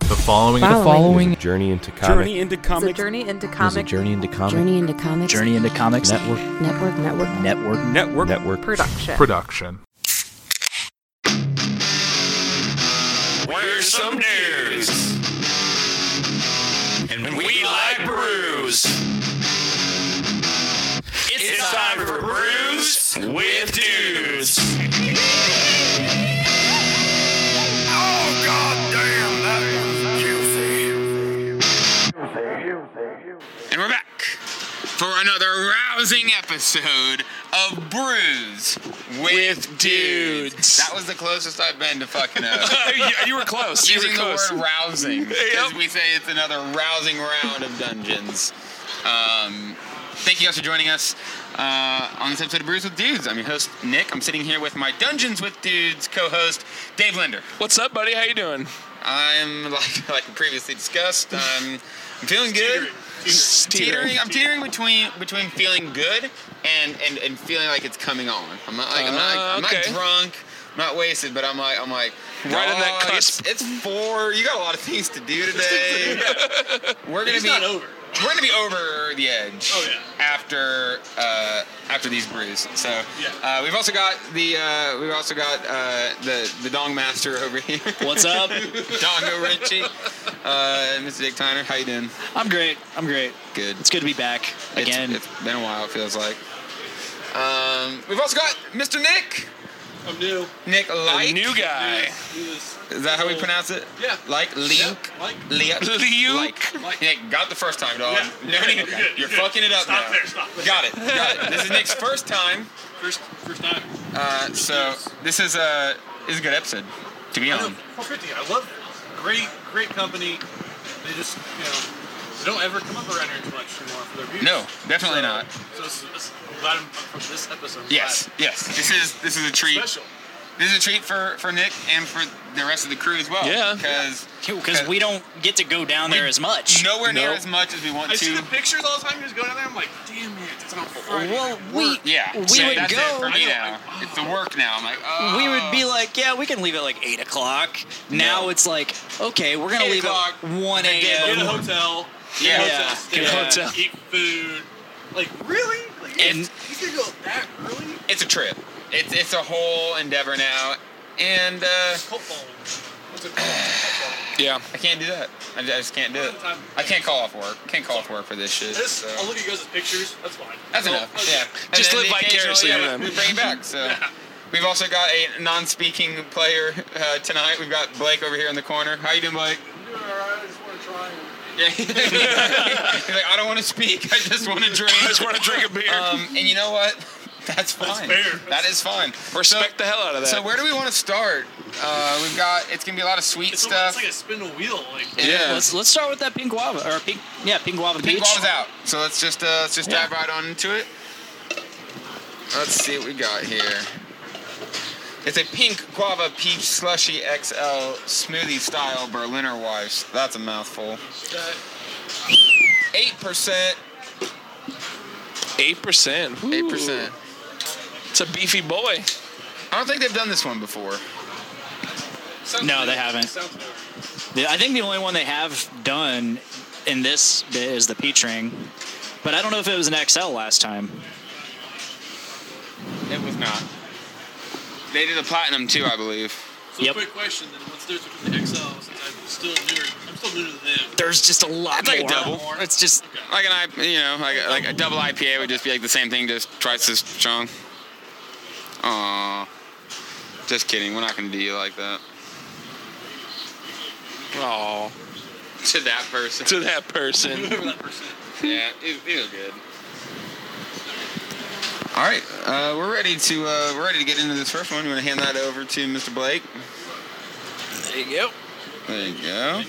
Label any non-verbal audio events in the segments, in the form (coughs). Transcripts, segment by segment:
The following The following There's a journey into comic. Journey into It's a comic journey into There's a comic Journey into Comics Journey into Comics. Journey into Comics Network. Network. Network. Network. network. network. production. production. We're some dudes. And we like brews. It's time for brews with dudes. Oh, god damn, that was juicy. And we're back for another rousing episode of Brews with, Dudes. That was the closest I've been to (laughs) fucking up. you, you were close. You Using were the close. word rousing. Because Yep. we say it's another rousing round of dungeons. Um, thank you guys for joining us uh, on this episode of Brews with Dudes. I'm your host, Nick. I'm sitting here with my Dungeons with Dudes co host, Dave Linder. What's up, buddy? How you doing? I'm, (laughs) like, like we previously discussed, I'm, I'm feeling good. Teetering. Teetering, I'm teetering between between feeling good and, and, and feeling like it's coming on. I'm not like I'm not, Ah, I'm okay. not drunk, I'm not wasted, but I'm like I'm like Right in that "Dog, it's- cusp." It's, four. You got a lot of things (laughs) to do today. We're gonna It's be not over. We're gonna be over the edge. Oh, yeah. After uh, after these brews, so Yeah. uh, we've also got the uh, we've also got uh, the the dong master over here, What's up? (laughs) Dongo Richie, uh, Mr. Dick Tyner. How you doing? I'm great. I'm great. Good. It's good to be back It's- again. it's been a while, it feels like. Um, we've also got Mr. Nick. I'm new. Nick Like. A new guy. Is that how we pronounce it? Yeah. Like Luke. Yeah, like. (laughs) Luke. Luke. Like. Nick, got it the first time, dog. Yeah. No need. Good, You're good. fucking it up Stop now. there, stop there. Got it. Got it. This (laughs) is Nick's first time. First, first time. Uh, so this is uh, this is a good episode to be I know, on. 450. I love it. Great, great company. They just, you know, they don't ever come up around here too much anymore for their views. No, So- definitely not. So it's, it's, I'm glad I'm from this episode. I'm Yes. Yes. This is this is a glad. treat. Special. This is a treat for for Nick and for the rest of the crew as well. Yeah. Because Because we don't get to go down there as much. nowhere near Nope. as much as we want I to. see the pictures all the time. Just going down there. I'm like, damn it, it's on Friday. Well, we Yeah, we so would that's go. It for me I know, now. it's the work now. I'm like, oh. We would be like, yeah, we can leave at like eight o'clock. Now No. it's like, okay, we're gonna 8 leave o'clock, at one Get a a.m. hotel. Yeah. Get a Yeah. hotel. Stay Get a out, hotel. Eat food. Like really? Like, And- you can go that early? "Oh." it's a trip. It's it's a whole endeavor now, and uh, Cult following. What's it called? Yeah. I can't do that. I ju- I just can't do it. I can't call off work. Can't call off work for this shit. This, so. I'll look at you guys' pictures. That's fine. That's Oh, enough. okay. Yeah. And Just then live the occasional- vicariously yeah, through them. We bring it back. So. (laughs) We've also got a non-speaking player uh, tonight. We've got Blake over here in the corner. How you doing, Blake? I'm doing all right. I just want to try. and- Yeah. He's like, I don't want to speak. I just want to drink. I just want to drink a beer. Um, and you know what? (laughs) That's fine. fair. That is fine. Respect the hell out of that. So where do we want to start? Uh, we've got it's gonna be a lot of sweet It's, almost stuff. like a spindle wheel. Like It Yeah. is. Let's let's start with that pink guava or pink yeah pink guava peach. Pink Guava's out. So let's just uh, let's just Yeah. dive right on into it. Let's see what we got here. It's a pink guava peach slushy XL smoothie style Berliner Weiss. That's a mouthful. Eight percent. Eight percent. Eight percent. It's a beefy (laughs) boy. I don't think they've done this one before. No, they haven't. Yeah, I think the only one they have done in this bit is the peach ring, but I don't know if it was an XL last time. It was not. They did a platinum too, I believe. So Yep. quick question then: What's the difference between the XL? Since I'm still newer, I'm still new to them. There's just a lot It's like a more. double. It's just Like an I, you know, like like a double IPA would just be like the same thing, just twice as strong. Aw, just kidding. We're not gonna do you like that. Oh, To that person. to that (laughs) person. Whoever that person. is. yeah, it, it'll good. All right, uh, we're ready to uh, we're ready to get into this first one. You want to hand that over to Mr. Blake? There you go. There you go.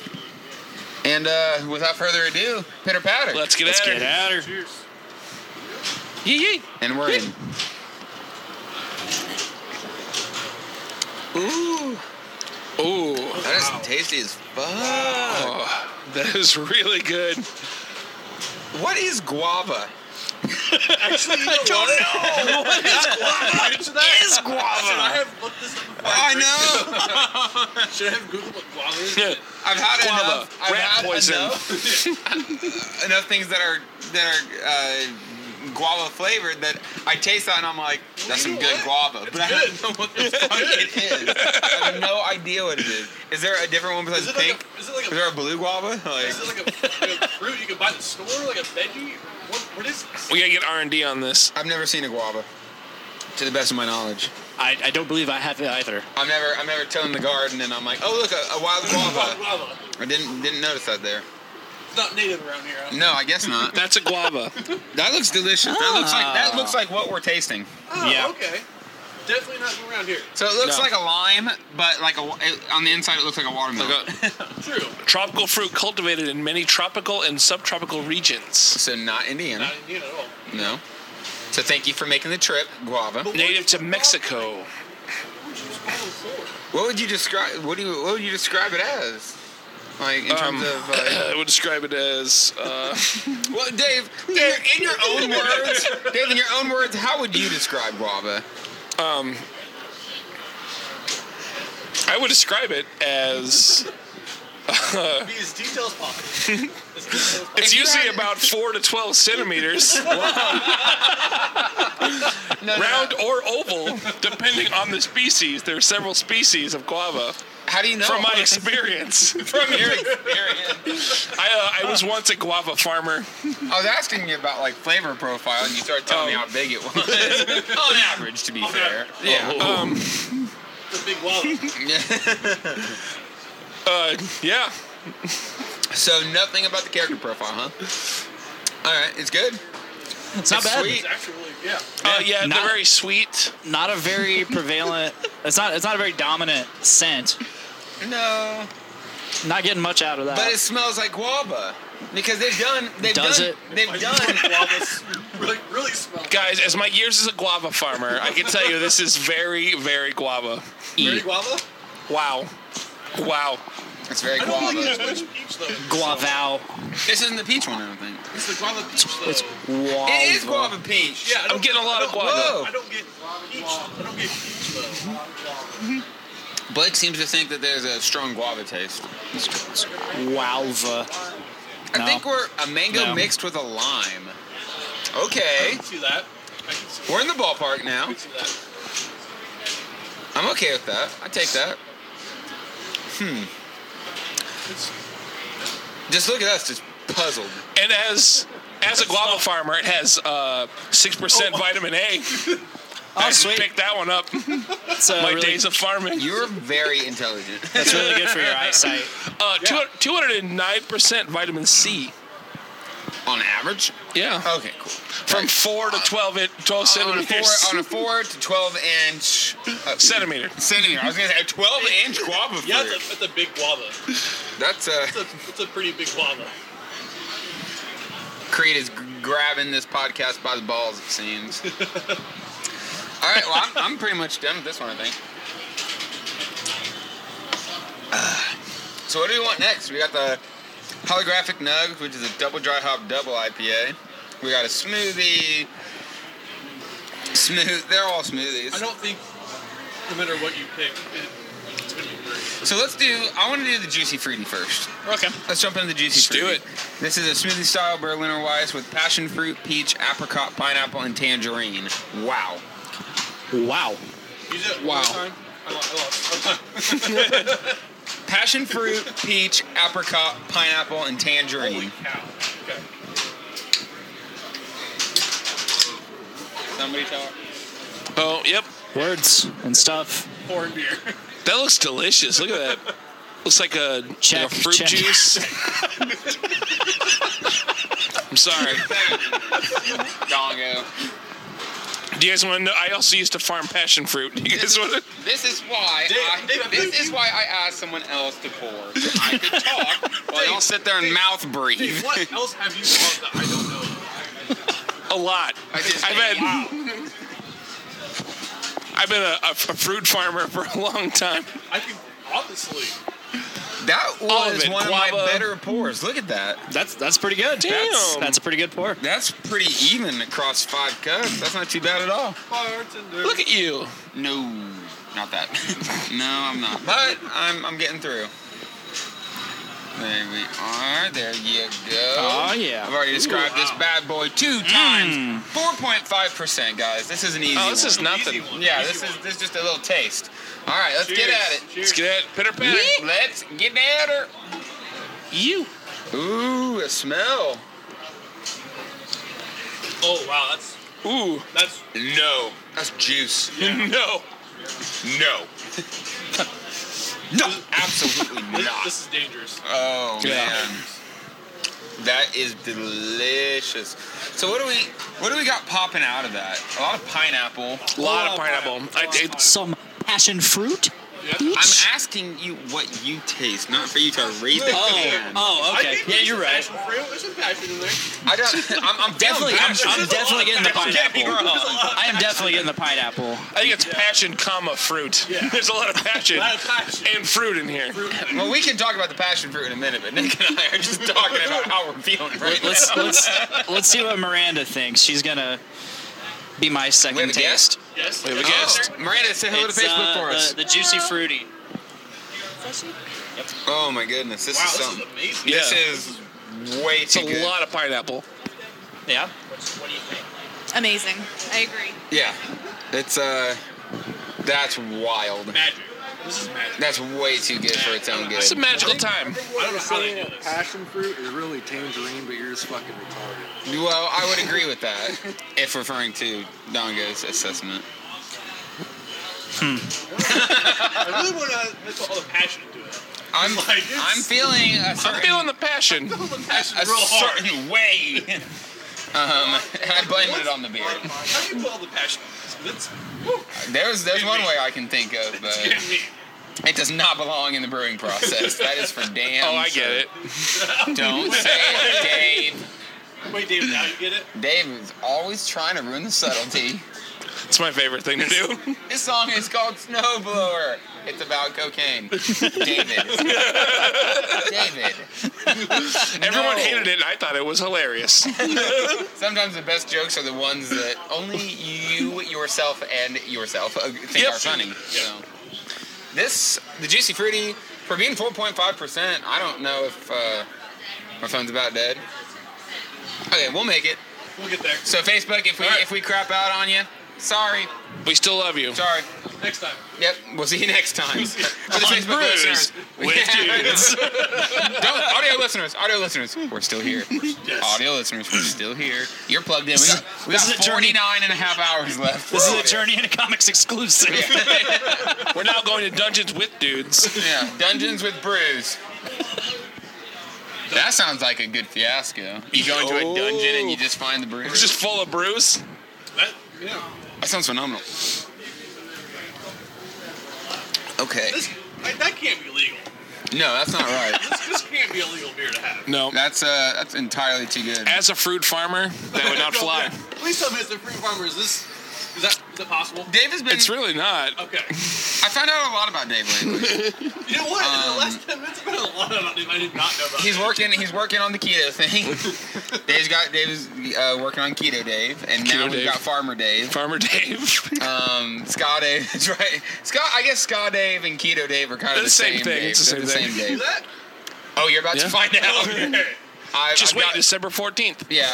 And uh, without further ado, pitter patter. Let's get Let's at get it. at her. Cheers. Yee yee. And we're in. Ooh. Ooh. That is tasty as fuck. Oh, that is really good. What is (laughs) guava? I don't know. (laughs) what is guava? Should I, is should I guava? have looked this up before? I drink know. this? Should I have Googled what guava is? (laughs) I've had Guava. enough. I've Rat had poison. Enough, enough (laughs) things that are that are uh, guava flavored that I taste that and I'm like, that's some good guava. But I don't know what the (laughs) fuck it is. I have no idea what it is. Is there a different one besides Is it like pink? a, is it like is a, there a blue guava? Like, is it like a, like a fruit you can buy at the store, like a veggie? What, what is this? We gotta get R and D on this. I've never seen a guava. To the best of my knowledge, I, I don't believe I have it either. I've never I've never tilled in the garden and I'm like, oh look, a, a wild guava. Guava. I didn't didn't notice that there. It's not native around here. huh? No, I guess not. That's a (laughs) guava. That looks delicious. That looks like that looks like what we're tasting. Oh, Yeah. okay. Definitely not from around here. So it looks No. like a lime, but like a, it, on the inside it looks like a watermelon. True. Tropical fruit cultivated in many tropical and subtropical regions. so not Indiana. Not Indian at all. No. So thank you for making the trip, guava. Native to Mexico. What would you use guava for? What would you describe? What do you? What would you describe it as? Like in Um, terms (coughs) of. Uh, I would describe it as (laughs) uh, well, Dave, Dave, in your (laughs) own words, Dave, in your own words, how would you describe guava? I would describe it as uh, Be as detailed as possible. As detailed as possible. (laughs) it's If you usually had- about four to twelve centimeters, No, no, no. round or oval, depending on the species. There are several species of guava. How do you know? From my (laughs) experience, From your experience. I, uh, I (laughs) was once a guava farmer. I was asking you about like flavor profile, and you started telling me Oh. how big it (laughs) was. on average, to be fair. Yeah. Um, Um, It's a big (laughs) guava. uh, (laughs) yeah, So nothing about the character profile, huh? All right, it's good. It's not bad. sweet. It's actually, yeah. uh, yeah, Not- they're very sweet. Not a very prevalent. It's not. It's not a very dominant scent. No, Not getting much out of that. but it smells like guava because they've done. They've Does done. it? They've done. (laughs) guavas really, really smell. Guys, as my years as a guava farmer, I can tell you this is very, very guava. Very E. guava? Wow. Wow. It's very I Oh, don't really guava. use much peach though. Guavao. This isn't the peach one, I don't think. It's the guava peach though. It is guava peach. yeah, I don't- I'm getting a lot I of don't- guava. Whoa. I don't get peach. I don't get peach though. Blake seems to think that there's a strong guava taste. Wowva. I No. think we're a mango No. mixed with a lime. Okay, I can see that. I can see, we're in the ballpark I now. can see that. I'm okay with that. I take that. Hmm. It's, Just look at us, just puzzled. And as as a guava farmer, it has uh, 6% (laughs) vitamin A. I Oh, just sweet. picked that one up. That's, uh, My really, days of farming. You're very intelligent. (laughs) that's really good for your eyesight. Uh, two hundred two hundred and nine 209% vitamin C. On average. Yeah. Okay, cool. From (laughs) 4 to 12, in, 12 on a centimeters. four on a four to twelve inch uh, Centimeter. centimeter. I was gonna say a twelve inch guava fruit. yeah, it's a, it's a big guava. That's uh, It's a, it's a pretty big guava. Creed is g- grabbing this podcast by the balls. (laughs) It seems. All right, well, I'm, I'm pretty much done with this one. I think. Ah. so what do we want next? We got the holographic nugs, which is a double dry hop double IPA. We got a smoothie. Smooth. They're all smoothies. I don't think, no matter what you pick, it, it's gonna be great. So let's do. I want to do the juicy fruity first. Okay. Let's jump into the juicy Let's do fruity. This is a smoothie style Berliner Weiss with passion fruit, peach, apricot, pineapple, and tangerine. Wow. Wow. You did it one Wow. more time. I lo- I lost. (laughs) Passion fruit, peach, apricot, pineapple, and Holy tangerine. cow. Okay. Somebody tell. Oh, yep. (laughs) Words and stuff. Foreign beer. That looks delicious. Look at that. Looks like a, like a Check, fruit check. (laughs) juice. I'm sorry. (laughs) Dongo. Do you guys want to know? I also used to farm passion fruit. Do you guys want to? This is why. Dave- I, Dave, I this think is you- (laughs) why I asked someone else to pour. I could talk while Dave, y'all sit there and mouth breathe. Dave, what else have you loved that I don't know? a lot. I just- I've been I've been a, a, a fruit farmer for a long time. I can obviously. That All of was it. one of my Guava. better pours. Look at that. That's that's pretty good. Damn. That's, that's a pretty good pour. That's pretty even across five cups. That's not too bad at all. Bartender. Look at you. No, not (laughs) that. no, I'm not. But I'm, I'm getting through. There we are. There you go. Aw, yeah. I've already described this bad boy two times. Four point five percent, guys. This is an easy. Oh, this is one. nothing. Easy one. Yeah, Easy this one. is this is just a little taste. All right, let's get Cheers. at it. Let's get it. Pitter patter. Let's get at her. You. Ooh, a smell. Oh wow, that's Ooh. (laughs) that's No, that's juice. No. No. no, absolutely this, not. this is dangerous. Oh Yeah. man, that is delicious. So what do we what do we got popping out of that? A lot of pineapple. A lot Oh, of pineapple. pineapple. I did. Some passion fruit. Yeah. I'm asking you what you taste, not for you to read the Oh, can. oh, okay. Yeah, you're right. There's some passion in there. I got. I'm, I'm Definitely, I'm, feeling I'm passion. definitely getting the Don't get me pineapple. wrong. I am definitely getting the pineapple. I think it's passion, comma fruit. Yeah. (laughs) There's a lot of passion Lot of passion. and fruit in here. (laughs) Well, we can talk about the passion fruit in a minute, but Nick and I are just talking about how we're feeling right (laughs) now. Let's let's let's see what Miranda thinks. She's gonna be my second We have a taste. guest. Yes. We have a Oh, guest. Miranda, say hello It's, to Facebook uh, for the- us. The, juicy fruity. oh my goodness, this Wow, is this is something. amazing. Yeah. This is way It's too good. a lot of pineapple. Yeah. Amazing. I agree. Yeah, it's uh, that's wild. Magic. This is magic. That's way too good for its own It's a good. magical time. I don't know how they do this. Passion fruit is really tangerine, but you're just fucking retarded. Well, I would agree with that (laughs) if referring to Dongo's assessment. I really want to miss all the passion into it. I'm Like, it's- I'm feeling a certain, I'm feeling the passion. All the passion a real hard. certain way. (laughs) Um, and I blame it on the beer. How do you put all the passion? That's woo, There's there's one way I can think of, get (laughs) but me. it does not belong in the brewing process. That is for (laughs) damn. Oh, I get it. it. (laughs) Don't say it, Dave. Wait, David, now you get it? Dave is always trying to ruin the subtlety. It's my favorite thing to (laughs) do. This song is called Snowblower. It's about (laughs) cocaine. David. David. Everyone No. hated it, and I thought it was (laughs) hilarious. Sometimes the best jokes are the ones that only you, yourself, and yourself uh, think Yep. are funny. So. This, the Juicy Fruity, for being 4.5%, I don't know if uh, my phone's about dead. Okay, we'll make it. We'll get there. So Facebook, if we All right. if we crap out on you, sorry, we still love you. sorry. Next time. Yep, we'll see you (laughs) next time. For the On Facebook Brews listeners, with dudes. (laughs) Don't, audio listeners, audio listeners, we're still here. Audio listeners, we're still here. You're plugged in. We got, we This got is a journey- 49 and a half hours left. This is a journey into comics exclusive. We're now going to Dungeons with Dudes. (laughs) (laughs) Yeah, Dungeons with Brews. That sounds like a good fiasco. You go into Oh. a dungeon and you just find the brews. It's just full of brews. That, yeah. that sounds phenomenal. Okay. This, like, that can't be legal. No, that's not right. (laughs) This, this can't be a legal beer to have. No. That's uh, that's entirely too good. As a fruit farmer, that would (laughs) not No, fly. yeah. Please tell me it's the fruit farmer. Is this, is that, is that possible? Dave has (laughs) been. It's really not. Okay. I found out a lot about Dave lately. You know what? In the last 10 minutes, I've been a lot about him I did not know about. He's working. He's working on the (laughs) keto thing. Dave's got Dave's uh, working on keto Dave, and now Keto we've Dave. got Farmer Dave. Farmer (laughs) Dave. Um, Scott Dave (laughs) is right. Scott, I guess Scott Dave and Keto Dave are kind They're of the the same, same thing, Dave. it's the They're same thing. Dave. that? Oh, you're about to Yeah. find (laughs) out. I've, Just I've wait, got- December 14th. yeah,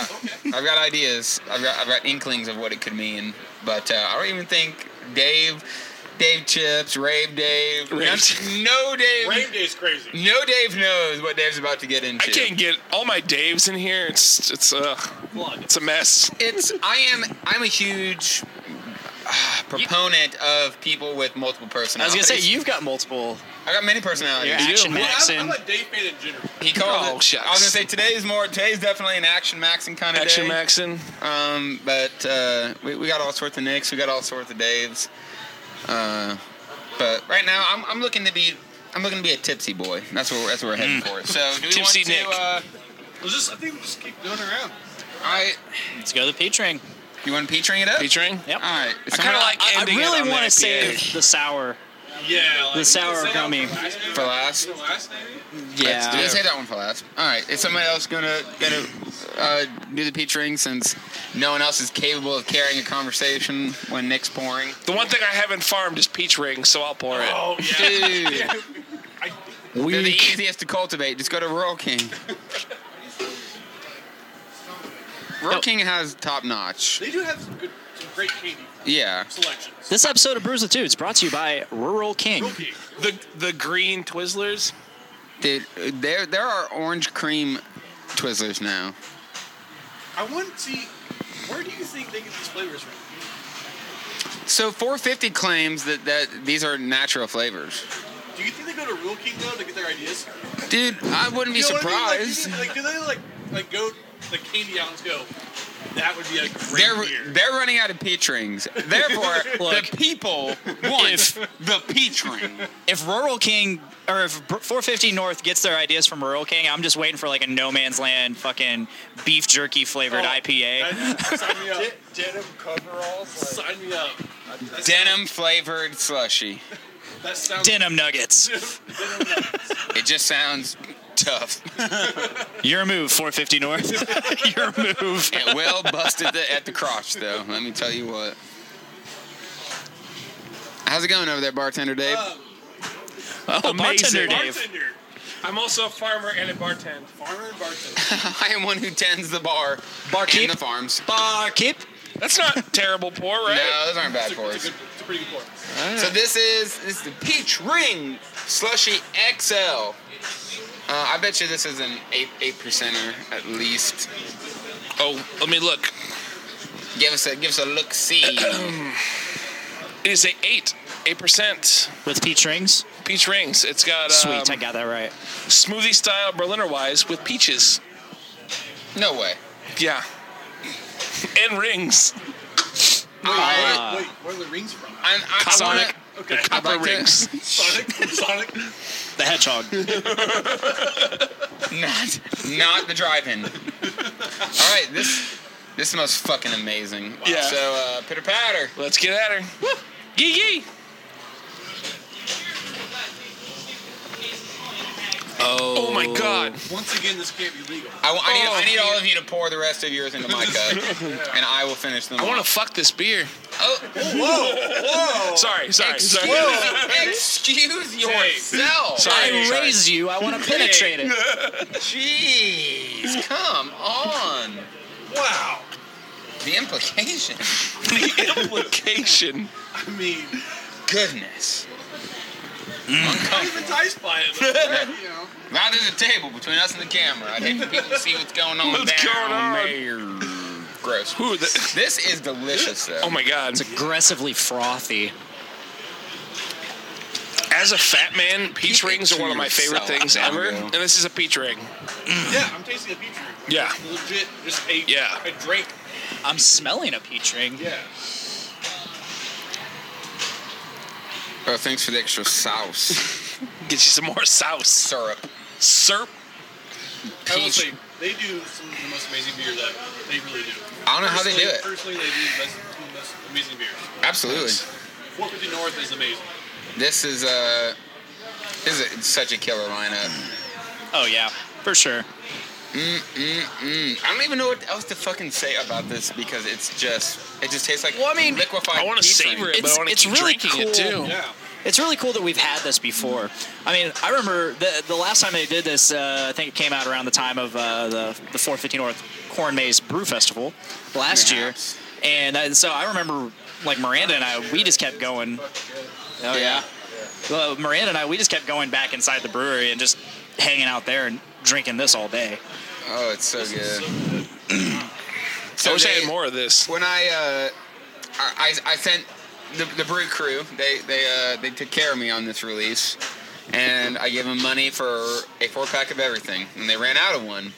I've got ideas. I've got I've got inklings of what it could mean, but uh, I don't even think Dave, Dave Chips, Rave Dave, Rave none- Chips. no Dave, Rain Day's crazy. no Dave knows what Dave's about to get into. I can't get all my Daves in here. It's it's uh Blood. it's a mess. it's I am I'm a huge uh, proponent of people with multiple I was personalities. gonna say you've got multiple. I got many Your personalities. action Well, maxing. I'm, I'm a Dave fan in general. He called Oh, it- shucks. I was gonna say today's more today's definitely an action maxing kind of Action day. Maxon. Um, but uh, we, we got all sorts of Nicks, we got all sorts of Daves. Uh, but right now I'm I'm looking to be I'm looking to be a tipsy boy. That's what we're, that's what we're heading for. So do we Mm. Tipsy want to? Nick. Uh, We'll just, I think we'll just keep going around. all right, Let's go to the P-Train. you want to peach ring it up? Featuring? Yep. All right. I kind of like I ending really want to save the sour. Yeah, like, The sour Is that gummy. out for last, maybe? For last? Is it last, maybe? Yeah. Did I say that one for last? All right. Is somebody else gonna gonna uh, do the peach ring since no one else is capable of carrying a conversation when Nick's pouring? The one thing I haven't farmed is peach rings, so I'll pour it. Oh, yeah. (laughs) Dude, they're the Weak. easiest to cultivate. Just go to Rural King. Rural King has top notch. they do have some good, some great candy Yeah. selections. This episode of Brews with Dudes brought to you by Rural King. Rookie. The the green Twizzlers. Dude, there there are orange cream Twizzlers now. I want to see, where do you think they get these flavors from? So 450 claims that, that these are natural flavors. Do you think they go to Rule King though to get their ideas? Dude, I wouldn't be You know what I mean? surprised. Like, do they, like, do they like like go like candy out and go? That would be a great They're beer. they're running out of peach rings. (laughs) Therefore, Look. the people want the peach ring. If Rural King or if Br- 450 North gets their ideas from Rural King, I'm just waiting for like a no man's land fucking beef jerky flavored IPA. I- sign me up. denim coveralls. Like, Sign me up. That Denim flavored slushy. sounds- That sounds. Denim nuggets. It just sounds tough. Your move, 450 North. (laughs) Your move. It will bust at the, at the crotch though. Let me tell you what. How's it going over there, bartender Dave? Um, Oh, bartender Dave. Bartender, I'm also a farmer and a bartender. farmer and bartender. (laughs) I am one who tends the bar Barkeep. and the farms. Barkeep. That's not (laughs) terrible pour, right? No, those aren't bad for It's us. a, good, it's a pretty good one. Mm. So this is this is the Peach Ring Slushy XL. Uh, I bet you this is an eight eight percenter at least. Oh, let me look. Give us a give us a look see. (coughs) It is a eight, eight percent With peach rings. peach rings. It's got um, Sweet, I got that right. smoothie style Berliner Wise with peaches. no way. Yeah. (laughs) And rings. Uh, I, Wait, where are the rings from? I, I, I Sonic. wanna- Okay. I'd Copper like to- rings. Sonic. Sonic. The hedgehog. (laughs) not not the drive-in. All right, this this smells fucking amazing. Yeah. So uh, pitter patter. Let's get at her. Woo. Yee yee. Oh. my god. Once again, this can't be legal. I, I need, I Oh, need all of you to pour the rest of yours into my (laughs) cup, and I will finish them. I want off. to fuck this beer. Oh, Sorry, sorry, excuse, sorry. oh, excuse yourself. Sorry. I sorry. raise you. I want to penetrate it. Jeez, come on. Wow. The implication. (laughs) The implication. I mean, Goodness. Mm. I'm Uncomfortable. enticed by (laughs) it. But, you know, Now there's a table between us and the camera. I'd (laughs) hate for people to see what's going on What's down going on? there. Gross. Who the? This is delicious, though. Oh my god. It's aggressively frothy. As a fat man, peach Keep it rings to are one of my favorite yourself, things ever, Django. and this is a peach ring. yeah, I'm tasting a peach ring. Yeah. Legit, just a Yeah. a drink. I'm smelling a peach ring. Yeah. Oh, thanks for the extra sauce. Get you some more sauce. Syrup. Serp. I will say Peach. they do some of the most amazing beer that they really do. I don't know how they do it. Personally, they do the best, some of the most amazing beers. Absolutely. 450 North is amazing. This is uh, this is such a killer lineup. Oh yeah, for sure. Mm, I don't even know what else to fucking say about this because it's just it just tastes like Well, I mean, liquefied. I want to peach savor ring. it, but It's- I want to it's keep really drinking it cool. too. Yeah. It's really cool that we've had this before. I mean, I remember the the last time they did this. Uh, I think it came out around the time of uh, the the 450 North Corn Maze Brew Festival last Perhaps. year, and uh, so I remember like Miranda and I, we just kept going. Oh Yeah. Well, Miranda and I, we just kept going back inside the brewery and just hanging out there and drinking this all day. Oh, it's so good. so I wish I they- had more of this. When I uh, I, I I sent the, the brew crew, they they uh, they took care of me on this release, and I gave them money for a four pack of everything, and they ran out of one,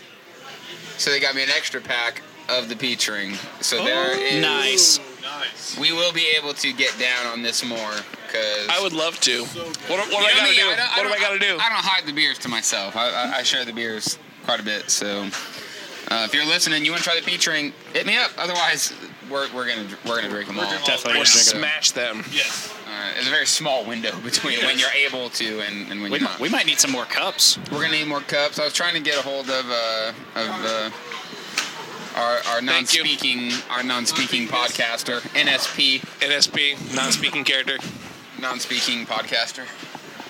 so they got me an extra pack of the peach ring. So there is Oh, Nice. Ooh, nice. we will be able to get down on this more because I would love to. What, do- what do I You know got to me, do? don't- What do don't- I got to do? I don't hide the beers to myself. I, I, I share the beers quite a bit. So uh, if you're listening, you want to try the peach ring, hit me up. Otherwise, we're, we're gonna we're gonna drink them all. Definitely Or gonna drink 'em. smash them. Yes. Uh, it's a very small window (laughs) between when you're able to and, and when We, you're might, not. we might need some more cups. We're gonna need more cups. I was trying to get a hold of uh, of uh, our our Thank you. non-speaking our non-speaking podcaster NSP NSP, non-speaking character. non-speaking podcaster.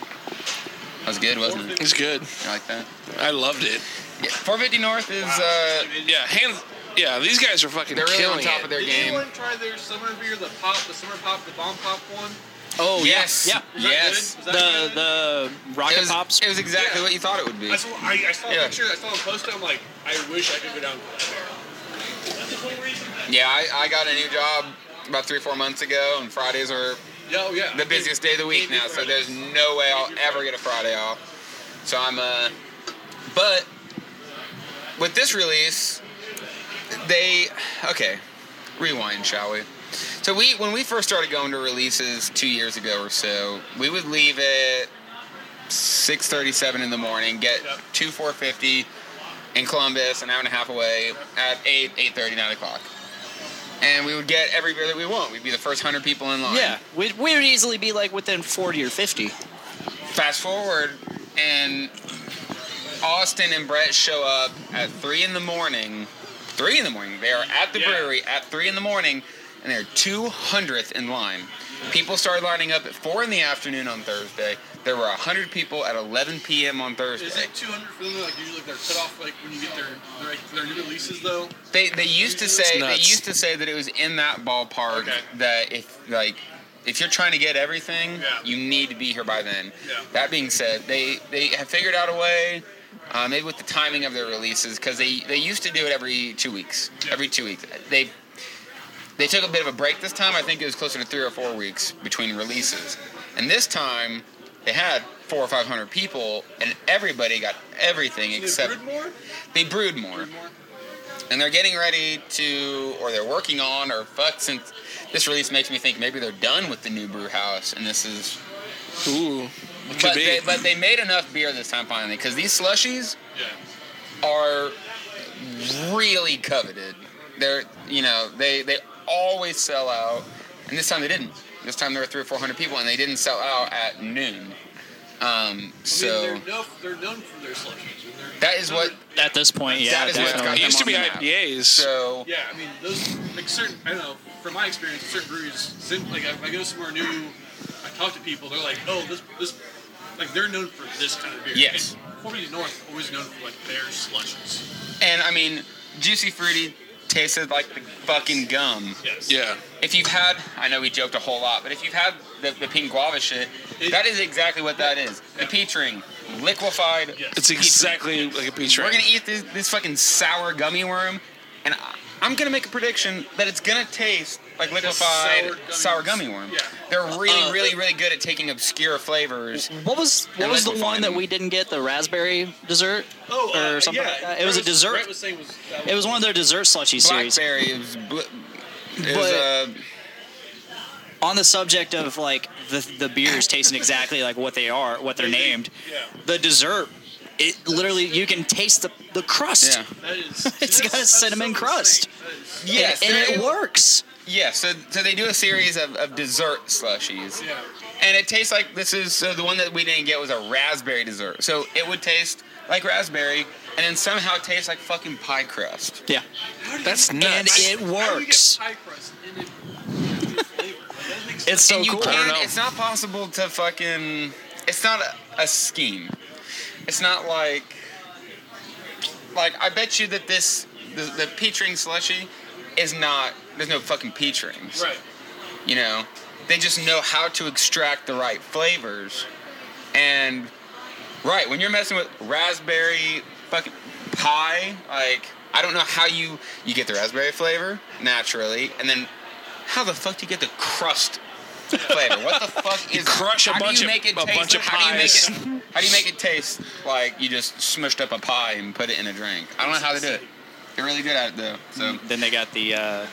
That was good, wasn't it? It's good. You like that? I loved it. Yeah, 450 North is uh, Yeah, hands. Yeah, these guys are fucking they're really killing on top of it. their Did game. anyone try their summer beer, the pop, the summer pop, the bomb pop one? Oh yes, yeah. Is that yes. good? Is that The good? the rocket It was, pops. it was exactly Yeah. what you thought it would be. I saw, I, I saw Yeah. a picture, I saw a post, I'm like, I wish I could go down to that bear. That's the only reason. Yeah, I, I got a new job about three or four months ago, and Fridays are Yeah, oh, yeah. the busiest day of the week now, so there's no way I'll ever get a Friday off. So I'm uh but with this release they okay, rewind shall we? So we when we first started going to releases 2 years ago or so, we would leave at 6:37 in the morning, get Yep. two 450 in Columbus, an hour and a half away at 8 8:30 9 o'clock. And we would get every beer that we want. We'd be the first 100 people in line. yeah, we we would easily be like within forty or fifty. fast forward and austin and brett show up at three in the morning three in the morning they are at the Yeah. brewery at three in the morning and they're 200th in line people started lining up at four in the afternoon on thursday there were 100 people at 11 p.m on Is thursday it 200 for them? Like usually they're cut off like when you get their their, their new releases though. they, they used to say they nuts. used to say that it was in that ballpark Okay. that if like if you're trying to get everything Yeah. you need to be here by then Yeah. that being said they they have figured out a way uh, maybe with the timing of their releases because they they used to do it every two weeks Yeah. every two weeks they they took a bit of a break this time i think it was closer to three or four weeks between releases and this time they had four or five hundred people and everybody got everything except Broodmore? they brewed more Broodmore? and they're getting ready to, or they're working on, or fuck, since this release makes me think maybe they're done with the new brew house, and this is. Ooh, it could But be. they, but they made enough beer this time finally, because these slushies Yeah. are really coveted. They're, you know, they they always sell out, and this time they didn't. This time there were three or four hundred people, and they didn't sell out at noon. Um, I so mean, they're, no, they're known for their slushies. and they're- that is what. At this point, yeah, That is what's definitely. got it used to be them on the IPAs. So Yeah, I mean those like certain. I don't know. From my experience, certain breweries, sim- like if I go somewhere new, I talk to people. They're like, oh, this this, like they're known for this kind of beer. Yes. And Fort Wayne North always known for like their slushes. And I mean, juicy fruity tasted like the fucking gum. Yes. yeah, If you've had, I know we joked a whole lot, but if you've had the, the pink guava shit, It- that is exactly what that is. The peach ring, liquefied. Yes. it's exactly like a peach We're ring. gonna eat this, this fucking sour gummy worm, and I, I'm gonna make a prediction that it's gonna taste like liquefied sour gummy- sour gummy worm. Yeah. They're really, really, really good at taking obscure flavors. What was what And was the liquefying one that them. we didn't get? The raspberry dessert Oh, uh, or something yeah. like that. It was a Brett dessert. Brett was saying was, that It was one of their dessert slushie series. Blackberry is. Bl- is But- uh, On the subject of like the the beers tasting exactly like what they are, what they're named. Yeah. The dessert, it literally you can taste the the crust. Yeah. That is, (laughs) It's got a that's cinnamon so crust. insane. That is- yes, and, there- and it works. Yeah, so so they do a series of, of dessert slushies, Yeah. and it tastes like this is so the one that we didn't get was a raspberry dessert. So it would taste like raspberry, and then somehow it tastes like fucking pie crust. Yeah. That's nuts. And it How do you get works. pie crust in it? in a flavor? Like, that makes It's so and you cool. I don't can't. know. It's not possible to fucking. It's not a, a scheme. It's not like. Like I bet you that this the, the peach ring slushie is not. There's no fucking peach rings. Right. you know they just know how to extract the right flavors and right when you're messing with raspberry fucking pie like i don't know how you you get the raspberry flavor naturally and then how the fuck do you get the crust flavor what (laughs) the fuck is crush a how do bunch you of- make it a taste- bunch of how do you make it- how do you make it taste like you just smushed up a pie and put it in a Mm. drink i don't know how they do it they're really good at it though so Then they got the uh,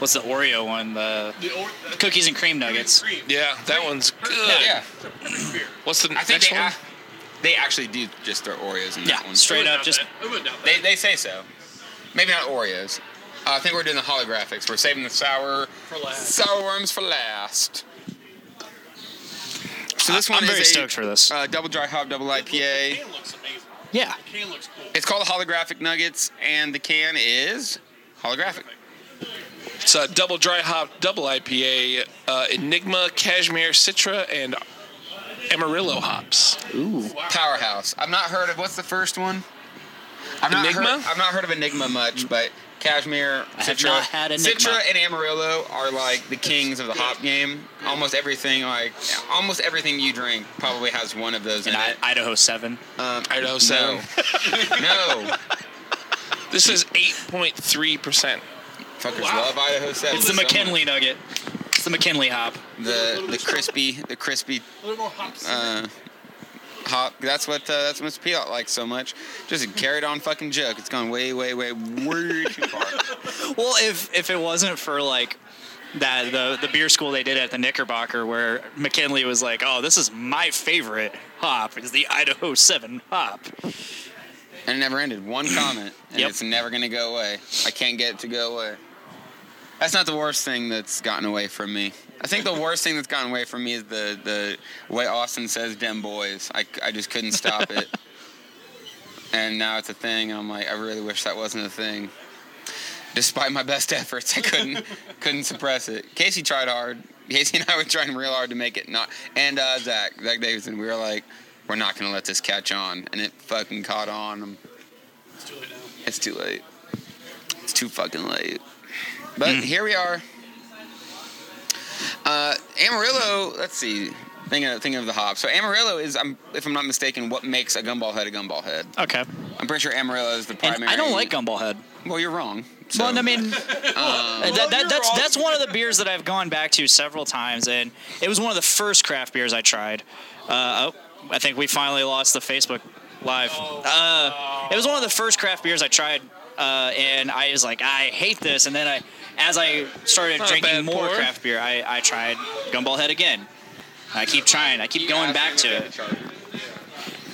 what's the Oreo one? The The or- that's cookies and cream nuggets. cream. Yeah, that one's good. Yeah. It's a perfect beer. What's the I think next they, one? ac- they actually do just throw Oreos in that Yeah, one. straight- I wouldn't up, doubt just- that. I wouldn't doubt that. They, they say so. Maybe not Oreos. Uh, I think we're doing the holographics. We're saving the sour For last. sour worms for last. So this I'm one very is stoked a for this. uh, double dry hop double The IPA. can looks amazing. yeah, The can looks cool. It's called holographic nuggets, and the can is holographic. It's a double dry hop, double IPA, uh, Enigma, Cashmere, Citra, and Amarillo hops. Powerhouse. I've not heard of what's the first one? I've not Enigma? Heard, I've not heard of Enigma much, but Cashmere, I have Citra, not had Enigma. Citra and Amarillo are like the kings of the hop game. Almost everything, like almost everything you drink, probably has one of those and in I, it. Idaho Seven. Um, Idaho Seven. (laughs) No, no, This is 8.3%. fuckers love Idaho Seven. It's the so much. McKinley nugget. It's the McKinley hop. The the crispy, the crispy A little more hops. uh, hop. That's what uh, that's what Mr. Peelot likes so much. Just a carried on fucking joke. It's gone way, way, way, way (laughs) too far. Well, if if it wasn't for like that the the beer school they did at the Knickerbocker, where McKinley was like, "Oh, this is my favorite hop. It's the Idaho Seven hop." And it never ended. One comment, and Yep. it's never going to go away. I can't get it to go away. That's not the worst thing that's gotten away from me. I think the worst thing that's gotten away from me is the, the way Austin says "dem boys." I, I just couldn't stop it. and now it's a thing, and I'm like, I really wish that wasn't a thing. Despite my best efforts, (laughs) I couldn't couldn't suppress it. Casey tried hard. Casey and I were trying real hard to make it not. And uh, Zach, Zach Davidson, we were like, we're not gonna let this catch on, and it fucking caught on. I'm it's too late now. it's too late. It's too fucking late. But Hmm. here we are. Uh, Amarillo. Let's see. Thinking of, thinking of the hop. So Amarillo is, I'm, if I'm not mistaken, what makes a gumball head a gumball head. Okay, I'm pretty sure Amarillo is the and primary. I don't like Gumball Head. Well, you're wrong. So. Well, I mean, uh, that, that, that's that's one of the beers that I've gone back to several times, and it was one of the first craft beers I tried. Uh, oh, I think we finally lost the Facebook live. Uh, it was one of the first craft beers I tried, uh, and I was like, I hate this. And then I, as I started Not a drinking bad more pour. craft beer, I, I tried Gumball Head again. I keep trying. I keep going back to it.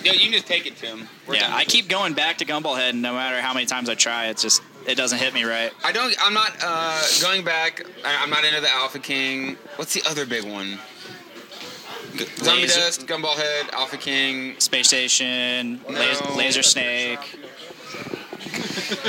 No, you can just take it to him. We're Yeah, done. I keep going back to Gumball Head, and no matter how many times I try, it's just it doesn't hit me right. I don't. I'm not uh, going back. I, I'm not into the Alpha King. What's the other big one? G- Zombie Laser- Dust, Gumball Head, Alpha King. Space Station, Laser, No. laser Snake,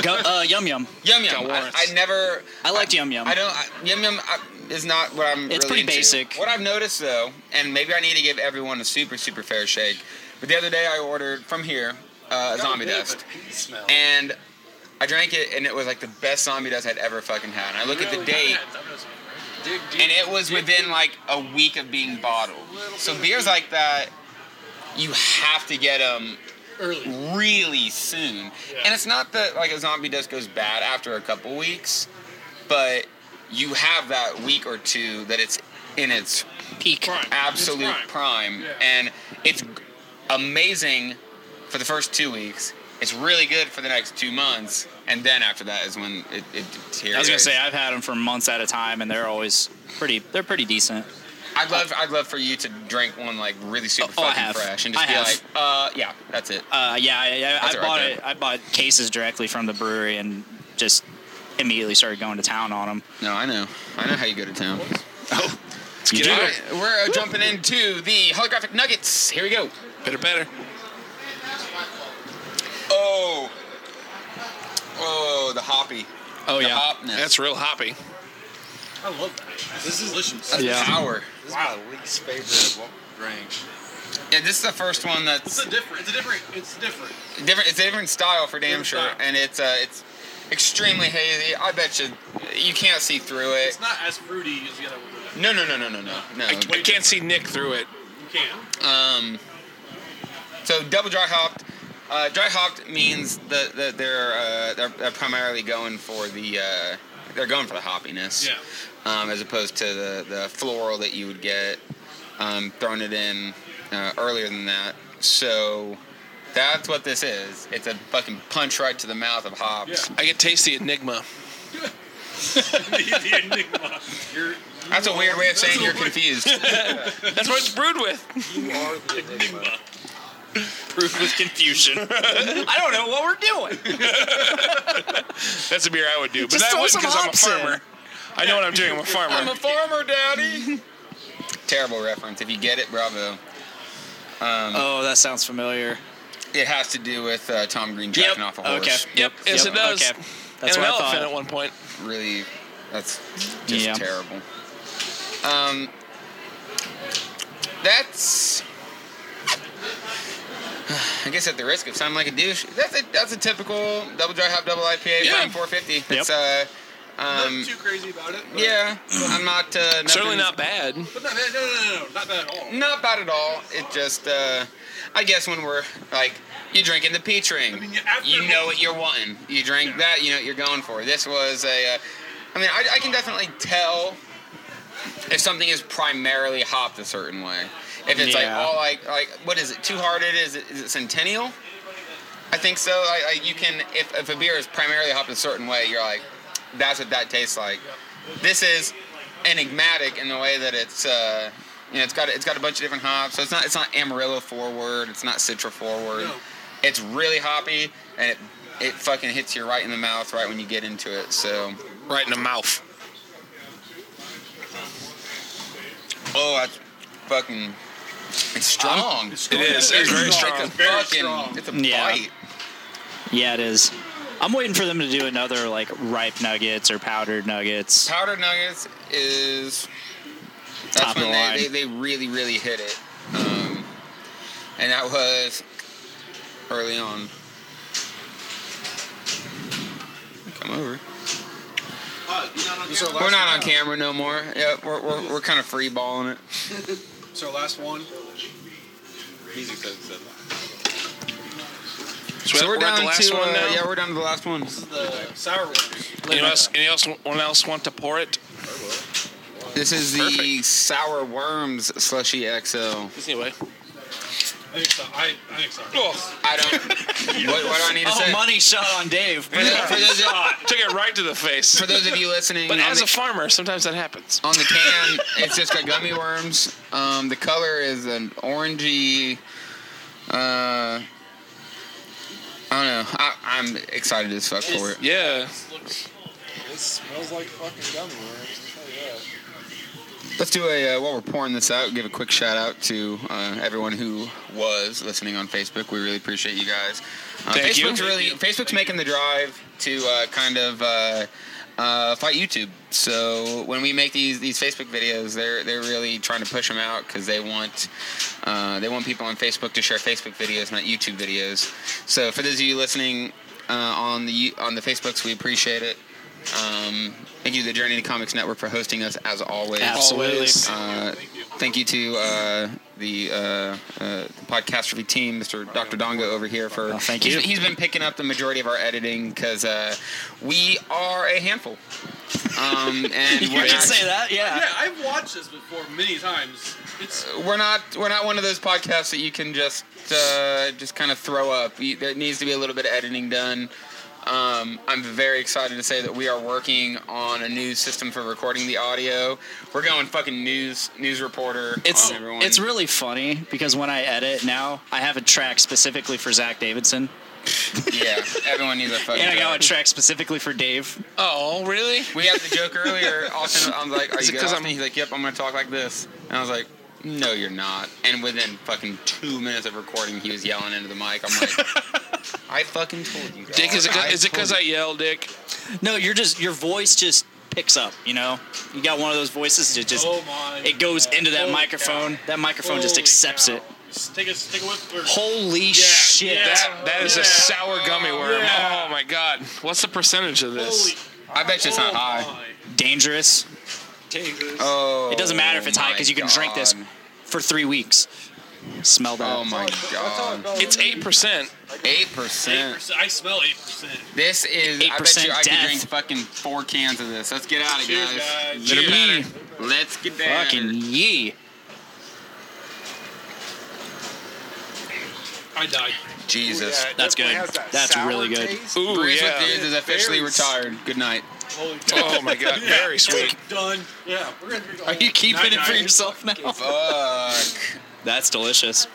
Go, uh, Yum Yum. Yum Yum. I, Warrants. I never. I liked Yum Yum. I don't. I, Yum Yum I, is not what I'm. It's really pretty into. basic. What I've noticed though, and maybe I need to give everyone a super super fair shake, but the other day I ordered from here uh, Zombie Got a bit Dust, of a pea smell. and I drank it, and it was like the best Zombie Dust I'd ever fucking had. And I look at the date, Dig deep. and it was within like a week of being bottled. So beers like that, you have to get them early. really soon. And it's not that like a zombie dust goes bad after a couple weeks, but you have that week or two that it's in its peak. Prime. absolute It's prime. prime, Yeah. and it's amazing for the first two weeks. It's really good for the next two months, and then after that is when it, I it was deteriorates. gonna say I've had them for months at a time, and they're always pretty. They're pretty decent. I'd love, I'd love for you to drink one like really super Oh, I fucking have. fresh and just I be have. like, uh, yeah, that's it. Uh, yeah, I, I, That's I it right bought there. it. I bought cases directly from the brewery and just immediately started going to town on them. No, I know, I know how you go to town. Let's get All it. right, we're uh, jumping into the holographic nuggets. Here we go. Better, better. Oh, oh, the hoppy. Oh The hopness. That's real hoppy. I love that. This is delicious. That's Yeah. power. This is my least favorite of what we drank. Yeah, this is the first one that's It's a different. It's a different. It's different. different. It's a different style for damn Different sure, style. and it's uh, it's extremely hazy. I bet you you can't see through it. It's not as fruity as the other one. No, no, no, no, no, no, no. I, I can't see Nick through it. You can. Um, so double dry hopped. Uh, dry hopped means that that they're, uh, they're they're primarily going for the uh, they're going for the hoppiness, Yeah. um, as opposed to the, the floral that you would get um, throwing it in uh, earlier than that. So that's what this is. It's a fucking punch right to the mouth of hops. Yeah. I can taste the Enigma. the, (laughs) the enigma. You're, That's a weird way of saying you're confused. That's what it's brewed with. You are the enigma. Proof with confusion. (laughs) I don't know what we're doing. (laughs) That's a beer I would do, but Just that throw was some because I'm a hops in. farmer. I know what I'm doing. I'm a farmer. (laughs) I'm a farmer, daddy. (laughs) Terrible reference. If you get it, bravo. Um, Oh, that sounds familiar. It has to do with uh, Tom Green Yep. jacking off a horse. Okay. Yep, yes, it does. Okay. and That's what an I elephant thought. at one point. Really, that's just Yeah. terrible. Um, that's. I guess at the risk of sounding like a douche, that's a that's a typical double dry hop double IPA Yeah. yeah. 450. It's uh, um, not too crazy about it. But, yeah, I'm not uh, Certainly nothing's- not bad. But not bad. No, no, no, no, not bad at all. Not bad at all. It just, uh, I guess when we're like, you drinking the peach ring, mean, yeah, after- you know what you're wanting. You drink that, you know what you're going for. This was a, uh, I mean, I, I can definitely tell if something is primarily hopped a certain way. If it's like Yeah. all like like what is it? Two hearted? Is it, is it centennial? I think so. Like, like you can if, if a beer is primarily hopped a certain way, you're like, that's what that tastes like. This is enigmatic in the way that it's uh, you know it's got it's got a bunch of different hops. So it's not it's not Amarillo forward. It's not Citra forward. No. It's really hoppy and it it fucking hits you right in the mouth right when you get into it. So Right in the mouth. oh, that's fucking it's strong. It is. It's very strong. It's a Very fucking, strong. It's a Yeah. bite. Yeah, it is. I'm waiting for them to do another like ripe nuggets or powdered nuggets. Powdered nuggets is that's Top of when the line. they, they, they really really hit it, um, and that was early on. Come over. Uh, you're not on This is our camera. We're last one not on now. camera no more. Yeah, we're, we're, we're kind of free balling it. It's our last one. Music says it's a- So, we're, at the last to one uh, now. yeah, we're down to the last one. This is the sour one. anyone else? Anyone else? Anyone else want to pour it? This is the Perfect. sour worms slushy XL. Just Anyway, I think so. I, I think so. I don't. what, what do I need to Oh, say? money shot (laughs) on Dave. For those- for those- took it right to the face. for those of you listening, But on as the- a farmer, sometimes that happens. on the can, it's just got gummy worms. Um, the color is an orangey. Uh, I don't know. I, I'm excited as fuck for it. Yeah, This smells like fucking gummy worms. I'll tell you that. Let's do a uh, while we're pouring this out. Give a quick shout out to uh, everyone who was listening on Facebook. We really appreciate you guys. Uh, Thank you. Facebook's really Facebook's making the drive to uh, kind of uh, uh, fight YouTube. So when we make these these Facebook videos, they're they're really trying to push them out because they want uh, they want people on Facebook to share Facebook videos, not YouTube videos. So for those of you listening uh, on the you- on the Facebooks, we appreciate it. Um, thank you to the Journey to Comics Network for hosting us as always. Absolutely. Always. Uh, thank you to uh, the uh, uh, podcastrophy team, Mr. Dr. Donga over here for. Oh, thank he's- you. he's been picking up the majority of our editing because uh, we are a handful. Um, and (laughs) You we're can not, say that, Yeah, yeah. I've watched this before many times. It's we're not we're not one of those podcasts that you can just uh, just kind of throw up. You- There needs to be a little bit of editing done. Um, I'm very excited to say that we are working on a new system for recording the audio. We're going fucking news news reporter. It's on everyone. it's really funny because when I edit now, I have a track specifically for Zach Davidson, yeah. Everyone needs a (laughs) fucking. and I got a job. track specifically for Dave. Oh, really? We had the joke earlier. Austin, I'm like, are Is you it good? 'cause Austin? I'm- He's like, yep, I'm gonna talk like this, and I was like, no, you're not. And within fucking two minutes of recording, he was yelling into the mic. I'm like, (laughs) I fucking told you. Guys. Dick, is it 'cause- I is it told because you." I yell, Dick? No, you're just your voice just picks up. You know, you got one of those voices that just oh my. it goes God. into that Holy microphone. cow. That microphone just Holy accepts cow. it. Just Take a take a whiff. Or, Holy shit! That that is Yeah. a sour gummy worm. Yeah. Oh my god, what's the percentage of this? holy. I bet you it's not oh high. My. Dangerous. Tangers. Oh, It doesn't matter if it's high my because you can drink this God. for three weeks. Smell that. Oh my god, It's eight percent. eight Eight percent. percent. I smell eight percent. This is. I bet 8% you I could death. drink fucking four cans of this. Let's get out of Cheers, guys. guys. Better Yee. matter. Let's get down. Fucking yee. I died. Jesus. That's definitely good. has that That's sour really good. taste. Ooh, Bruce with yeah. Dudes is officially Berries. retired. Good night. Holy cow. Oh my (laughs) god, very sweet. Done. Yeah, we're gonna drink all Are you keeping Night, it for night. (laughs) yourself now? Fuck. That's delicious. So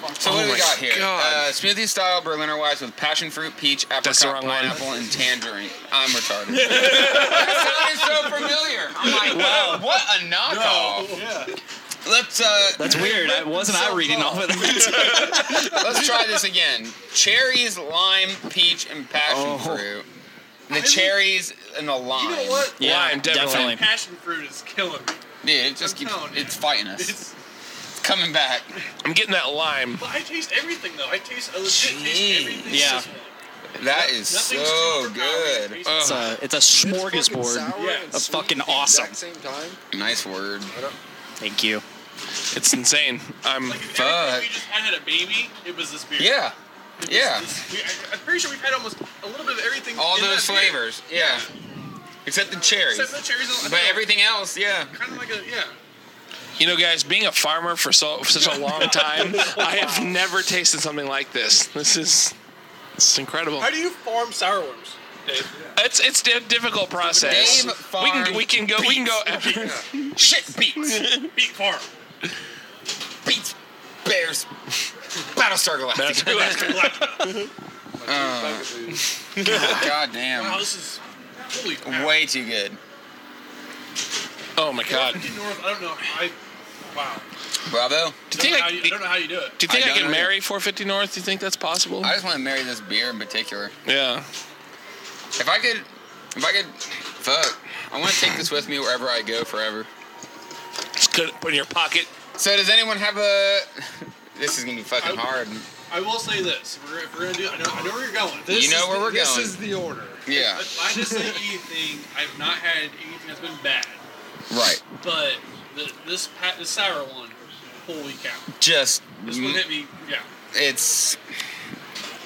what do Oh my we got here? God. Uh, smoothie style Berliner Weiss with passion fruit, peach, That's the apricot, wrong one. pineapple, and tangerine. I'm retarded. (laughs) that sounded so familiar. I'm like, wow, what a knockoff. Let's uh, That's weird. I, wasn't I reading all of that? let's try this again. Cherries, lime, peach, and passion Oh. fruit. The cherries and the lime. You know what? yeah, Lime, definitely. Passion fruit is killing me. Dude, it just I'm keeps telling you. it's fighting us. It's It's, coming back. I'm getting that lime. but I taste everything though. I taste I legit Jeez. taste everything. Yeah. That is Nothing's so superpowered. good. It's a, it's a smorgasbord. Yeah. and That's sweet fucking at the awesome. exact Same time. Nice word. Thank you. It's insane. I'm Like if Fuck. everything we just had had a baby, it was this beer. Yeah. It was Yeah. this- we- I- I'm pretty sure we've had almost a little bit of everything. All in those that beer. flavors. Yeah. Except the cherries. Except the cherries. But everything else, yeah. Kind of like a yeah. You know, guys, being a farmer for so for (laughs) such a long time, I have never tasted something like this. This is it's incredible. How do you farm sourworms? Dave? It's it's a difficult process. Dave we farms can we can go we can go after (laughs) Shit beats. (laughs) Beet farm. beats. Bears. Battlestar Galactica. (laughs) God Wow, (laughs) damn. this is holy crap. Way too good. Oh my god. Do Fucking North, I don't know. I wow. Bravo. you Don't think know how I, you- do I don't know how you do it. you think I I, don't can know. marry 450 North? Do you think that's possible? I just want to marry this beer in particular. yeah. If I could, if I could, fuck. I want to take this with me wherever I go forever. Just put it put it in your pocket. So does anyone have a? (laughs) This is gonna be fucking hard. I will say this: we're, if we're gonna do. I know, I know where you're going. you know is where the- we're this going. is the order. yeah. But I (laughs) just say anything. I've not had anything that's been bad, Right. but the, this pat, the sour one, holy cow! Just. This one hit me. Yeah. It's.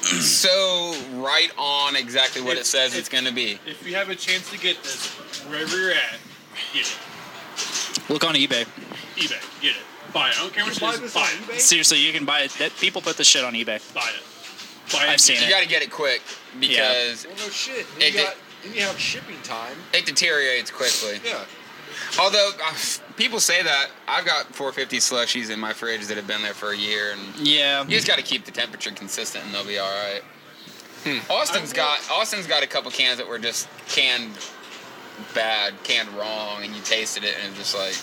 So right on exactly what it It's- says it's gonna be. If you have a chance to get this, wherever you're at, get it. Look on eBay. eBay, get it. Buy it. I don't care what Buy it is. this Buy on it. eBay? Seriously, you can buy it. That, people put this shit on eBay. Buy it. Buy it. I've seen You it. gotta get it quick because Well, no shit. and It You did- got, and you have shipping time. it deteriorates quickly. Yeah. Although uh, people say that I've got 450 slushies in my fridge that have been there for a year and Yeah. You just got to keep the temperature consistent, and they'll be all right. Austin's got Austin's got a couple cans that were just canned bad, canned wrong, and you tasted it, and it's just like,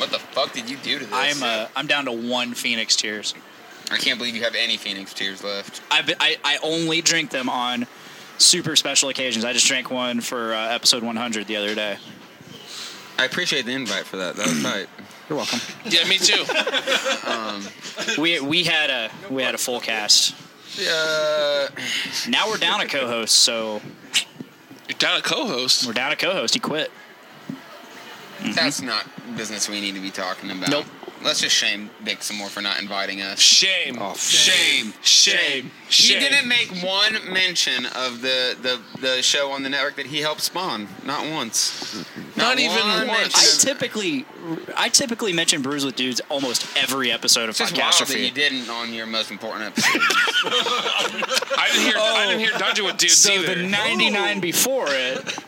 what the fuck did you do to this? I'm uh, I'm down to one Phoenix Tears. I can't believe you have any Phoenix tears left. I, I, I only drink them on super special occasions. I just drank one for uh, episode 100 the other day. I appreciate the invite for that. That was tight. You're welcome. Yeah, me (laughs) too. We we had a we had a full cast. Uh, Now we're down a co-host, so You're down a co-host. we're down a co-host. He quit. That's not business we need to be talking about. Nope. Let's just shame Vic some more for not inviting us. Shame. Oh, Shame. Shame. He Shame. didn't make one mention of the, the, the show on the network that he helped spawn. Not once. Not even once. one mention I of- typically I typically mention brews with dudes almost every episode of It's just wild that you Podcastrophy. didn't on your most important episode. I didn't hear I didn't hear Dungeon with dudes So either. the 99 before it,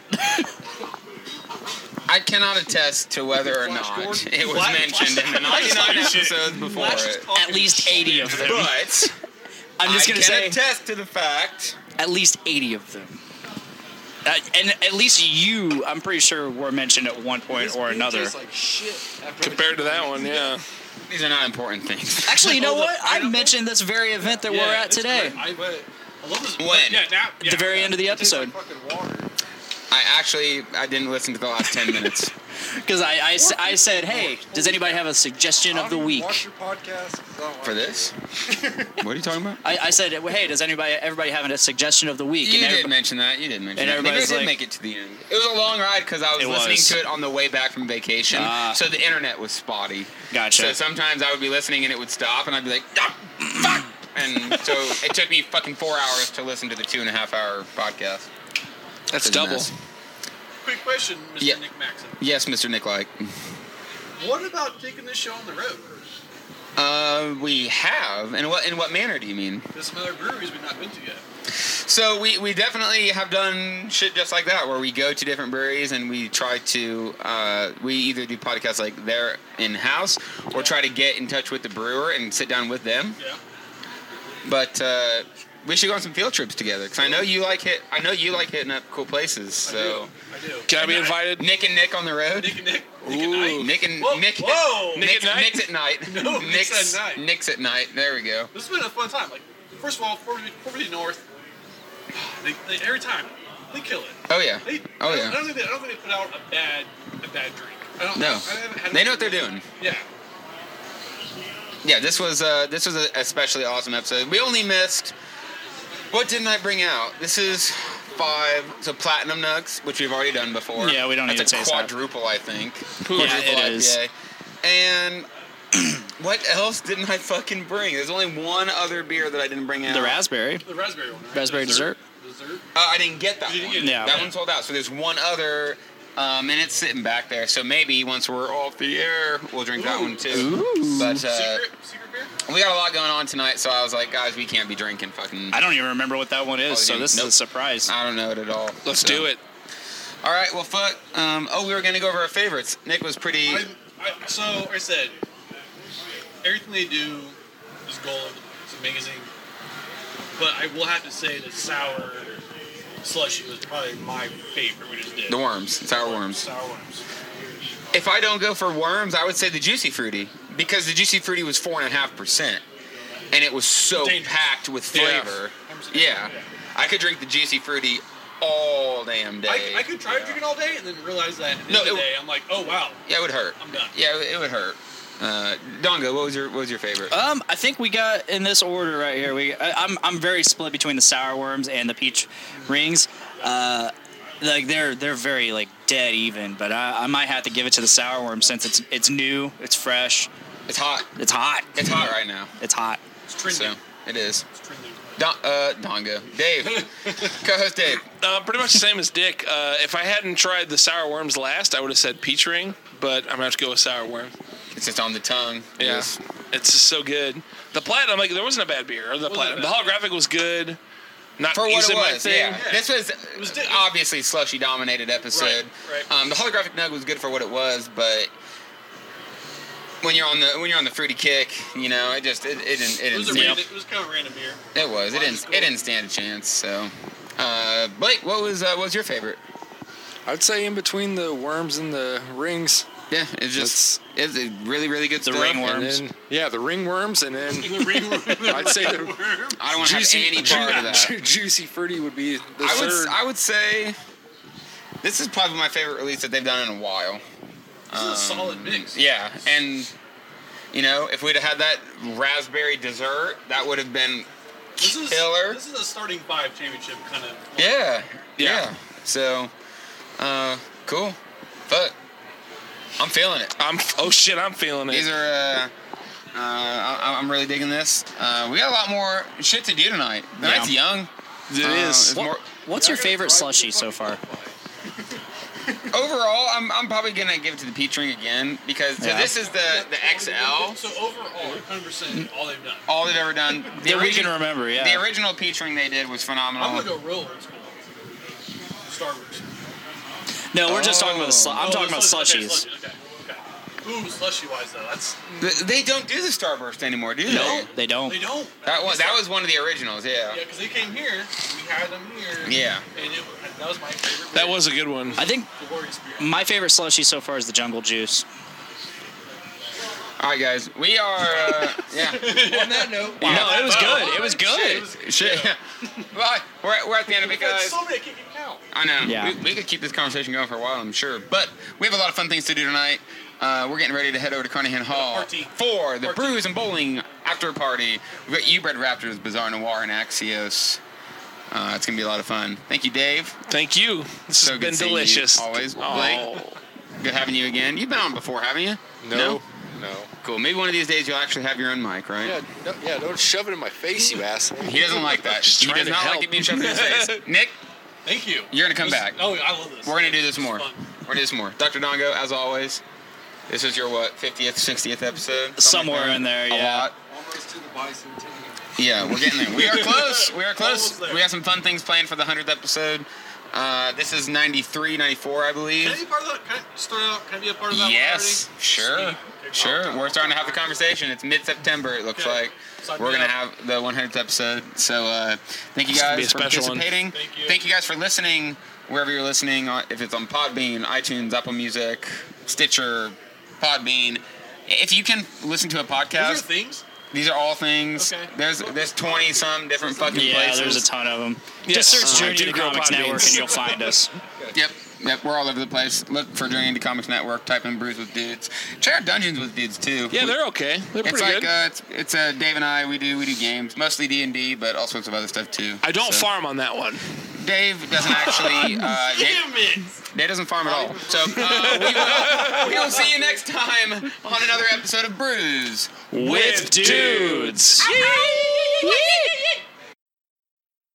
I cannot attest to whether or Flash not Gordon? it was Flash- mentioned in the 99 episodes before it. at least 80 of them. But I'm just gonna I can say attest to the fact. at least 80 of them. Uh, and at least you, I'm pretty sure, were mentioned at one point This or beer another. tastes like shit after Compared to that one, yeah. These are not important things. (laughs) Actually, you know Hold up, what? I pineapple? mentioned this very event that we're Yeah, at it's today, great. I, I love this. When? Yeah, now, at yeah. the very end of the episode, fucking water. I actually I didn't listen to the last 10 minutes. because I, I s- I said, hey, does anybody have a suggestion of the Watch week? your podcast. 'cause I don't For watch (laughs) this? What are you talking about? I, I said, hey, does anybody everybody have a suggestion of the week? You did everybody- mention that. You did and mention that. Maybe I everybody's did like- make it to the end. It was a long ride because I was It listening was. to it on the way back from vacation, Ah. so the internet was spotty. Gotcha. So sometimes I would be listening and it would stop, and I'd be like, "Ah, fuck!" And so it took me fucking four hours to listen to the two and a half hour podcast. That's It's a double. mess. Quick question, Mr. Yeah. Nick Maxon. Yes, Mr. Nick. Like, What about taking this show on the road? Uh, we have. And what in what manner do you mean? There's some other breweries we've not been to yet. So we, we definitely have done shit just like that, where we go to different breweries and we try to uh, we either do podcasts like they're in house or try to get in touch with the brewer and sit down with them. Yeah. But uh, we should go on some field trips together because I know you like hit I know you like hitting up cool places. So I do. Can I be invited? Nick and Nick on the road. Nick and Nick. Nick and I. Nick and Whoa, Nick. whoa! Nick Nick at Nick's at night. (laughs) No, Nick's at night. Nick's at night. There we go. This has been a fun time. Like, first of all, Fort Lee- Fort Lee North, (sighs) they, they, every time they kill it. Oh yeah. They, Oh I yeah. don't, think they, I don't think they put out a bad a bad drink. I don't, No. I haven't had They a- know what they're doing. Yeah. Yeah. This was uh, this was an especially awesome episode. We only missed. What didn't I bring out? This is five. So platinum nugs, which we've already done before. Yeah, we don't That's need to a taste that. quadruple, I think. Yeah, it is. And (clears throat) what else didn't I fucking bring? There's only one other beer that I didn't bring out. The raspberry. The raspberry one. Right? Raspberry Dessert. Uh, I didn't get that You didn't one. get it. Yeah. That one sold out. So there's one other, um, and it's sitting back there. So maybe once we're off the air, we'll drink that Ooh. one too. But uh, Secret, secret beer. we got a lot going on tonight, so I was like, guys, we can't be drinking fucking. I don't even remember what that one is, Oh, so dude, this nope. is a surprise. I don't know it at all. Let's So- do it. All right, well, fuck. Um, oh, we were gonna go over our favorites. Nick was pretty. I'm, I, so like I said, everything they do is gold. It's amazing. But I will have to say that sour slushy was probably my favorite we just did. The worms, sour worms. Sour worms. If I don't go for worms, I would say the juicy fruity because the juicy fruity was four and a half percent, and it was so Dangerous. packed with Yeah. flavor. Understand. Yeah. I could drink the juicy fruity all damn day. I, I could try drinking all day and then realize that at the No, end of it- the day I'm like, oh wow, Yeah, it would hurt. I'm done. Yeah, it would hurt. Uh, Dongo, what was your what was your favorite? Um, I think we got in this order right here. We I, I'm I'm very split between the sour worms and the peach rings. Uh, like they're they're very like dead even, but I, I might have to give it to the sour worm since it's it's new, it's fresh, It's hot. it's hot, It's hot right now. it's hot. it's trending. So it is. It's trending. Don, uh, Dongo, (laughs) Dave, co-host Dave. Uh, pretty much the same as Dick. Uh, if I hadn't tried the sour worms last, I would have said peach ring, but I'm gonna have to go with sour worm. It's just on the tongue. It Yeah, is- it's just so good. The platinum, like there wasn't a bad beer. Or the platinum, the holographic was good. Not For what it easily my was, thing. yeah. This was, was di- obviously slushy dominated episode. Right, right. Um, the holographic nug was good for what it was, but when you're on the when you're on the fruity kick, you know, it just it, it It didn't it didn't was, a stand- random, it was kind of a random beer. It was. It didn't. It didn't stand a chance. So, uh, Blake, what was uh, what was your favorite? I'd say in between the worms and the rings. Yeah, it's just it's a really really good stuff. ringworm. And and then- then, yeah, the ringworms, and then The ring I'd say the worm. I don't want to have juicy, any part of that. ju- juicy fruity would be the (laughs) I would third. I would say this is probably my favorite release that they've done in a while. This is a solid mix. Yeah, and you know if we'd have had that raspberry dessert, that would have been This is killer. This is a starting five championship kind of. yeah yeah. Yeah. So, uh, cool. Fuck, I'm feeling it. I'm oh shit, I'm feeling it. These are. Uh, uh, I, I'm really digging this. Uh, we got a lot more shit to do tonight. The night's young. It uh, is. it's more- What's your favorite slushy so far? overall, I'm, I'm probably gonna give it to the peach ring again because so Yeah. this is the the XL. So overall, 100 percent all they've done. All they've ever done. The That we can origi- remember, yeah. The original peach ring they did was phenomenal. I'm gonna go real old school. Star Wars. No, we're just talking about the. Slu- I'm Oh, talking about slush- okay, slushies. slushy, Okay, okay. Ooh, slushy wise though, that's Th- they don't do the starburst anymore, do they? No, they don't. they don't. That was that was one of the originals. Yeah. Yeah, because they came here. We had them here. Yeah. And it, that was my favorite. that was a good one. I think the Warrior Spirit. my favorite slushie so far is the jungle juice. All right, guys. We are. Uh, yeah. (laughs) On that note, No, it was good. It was good. Shit. (laughs) Well, we're at, we're at the end of it, That's guys. so many I can't even count. I know. Yeah. We, we could keep this conversation going for a while, I'm sure. But we have a lot of fun things to do tonight. Uh, we're getting ready to head over to Carnahan Hall Party. for the Party. Brews and Bowling After Party. We've got U Bred Raptors, Bizarre Noir, and Axios. Uh, it's going to be a lot of fun. Thank you, Dave. Thank you. This has So good been seeing you delicious. Oh. always, Aw. Good having you again. You've been on before, haven't you? no, no. Cool. Maybe one of these days you'll actually have your own mic, right? Yeah, no, yeah. Don't shove it in my face, you asshole. He doesn't like that. Just He trying does to not like help. it being shoved in (laughs) his face. Nick, Thank you. You're gonna come This- back. Oh, I love this. we're going to do this more. Fun. We're going to do this more. Dr. Dongo, as always, This is your what 50th, 60th episode? Something like Somewhere that? in there, A yeah. lot. Almost to the bicentennial. Yeah, we're getting there. (laughs) We are close. We are close. Almost there. We have some fun things planned for the 100th episode. Uh, this is 93, 94, I Can I believe. be part of that? Can I start out? Can I be a part of that? Yes, One sure, sure. We're starting to have the conversation. It's mid-September. It looks Okay. like Sign we're me gonna up. have the 100th episode. So uh, thank you It's gonna be guys a for special one. participating. Thank you. guys for listening. Wherever you're listening, uh, if it's on Podbean, iTunes, Apple Music, Stitcher, Podbean. If you can listen to a already? These podcast, are things. these are all things. Okay. There's there's 20 some different fucking Yeah, places. there's a ton of them. Yes, Just search uh, Journey do to the grow Comics pod Network beans. and you'll find us. Yep, yep, we're all over the place. Look for Journey into Comics Network. Type in Brews with Dudes. Check out Dungeons with Dudes too. Yeah, they're okay. They're It's pretty like good. uh, it's it's uh, Dave and I. We do we do games, mostly D and D, but all sorts of other stuff too. I don't So- farm on that one. Dave doesn't (laughs) actually. Uh, Dave, Damn it! Dave doesn't farm at all. So uh, we, will, we will see you next time on another episode of Brews. With dudes. dudes.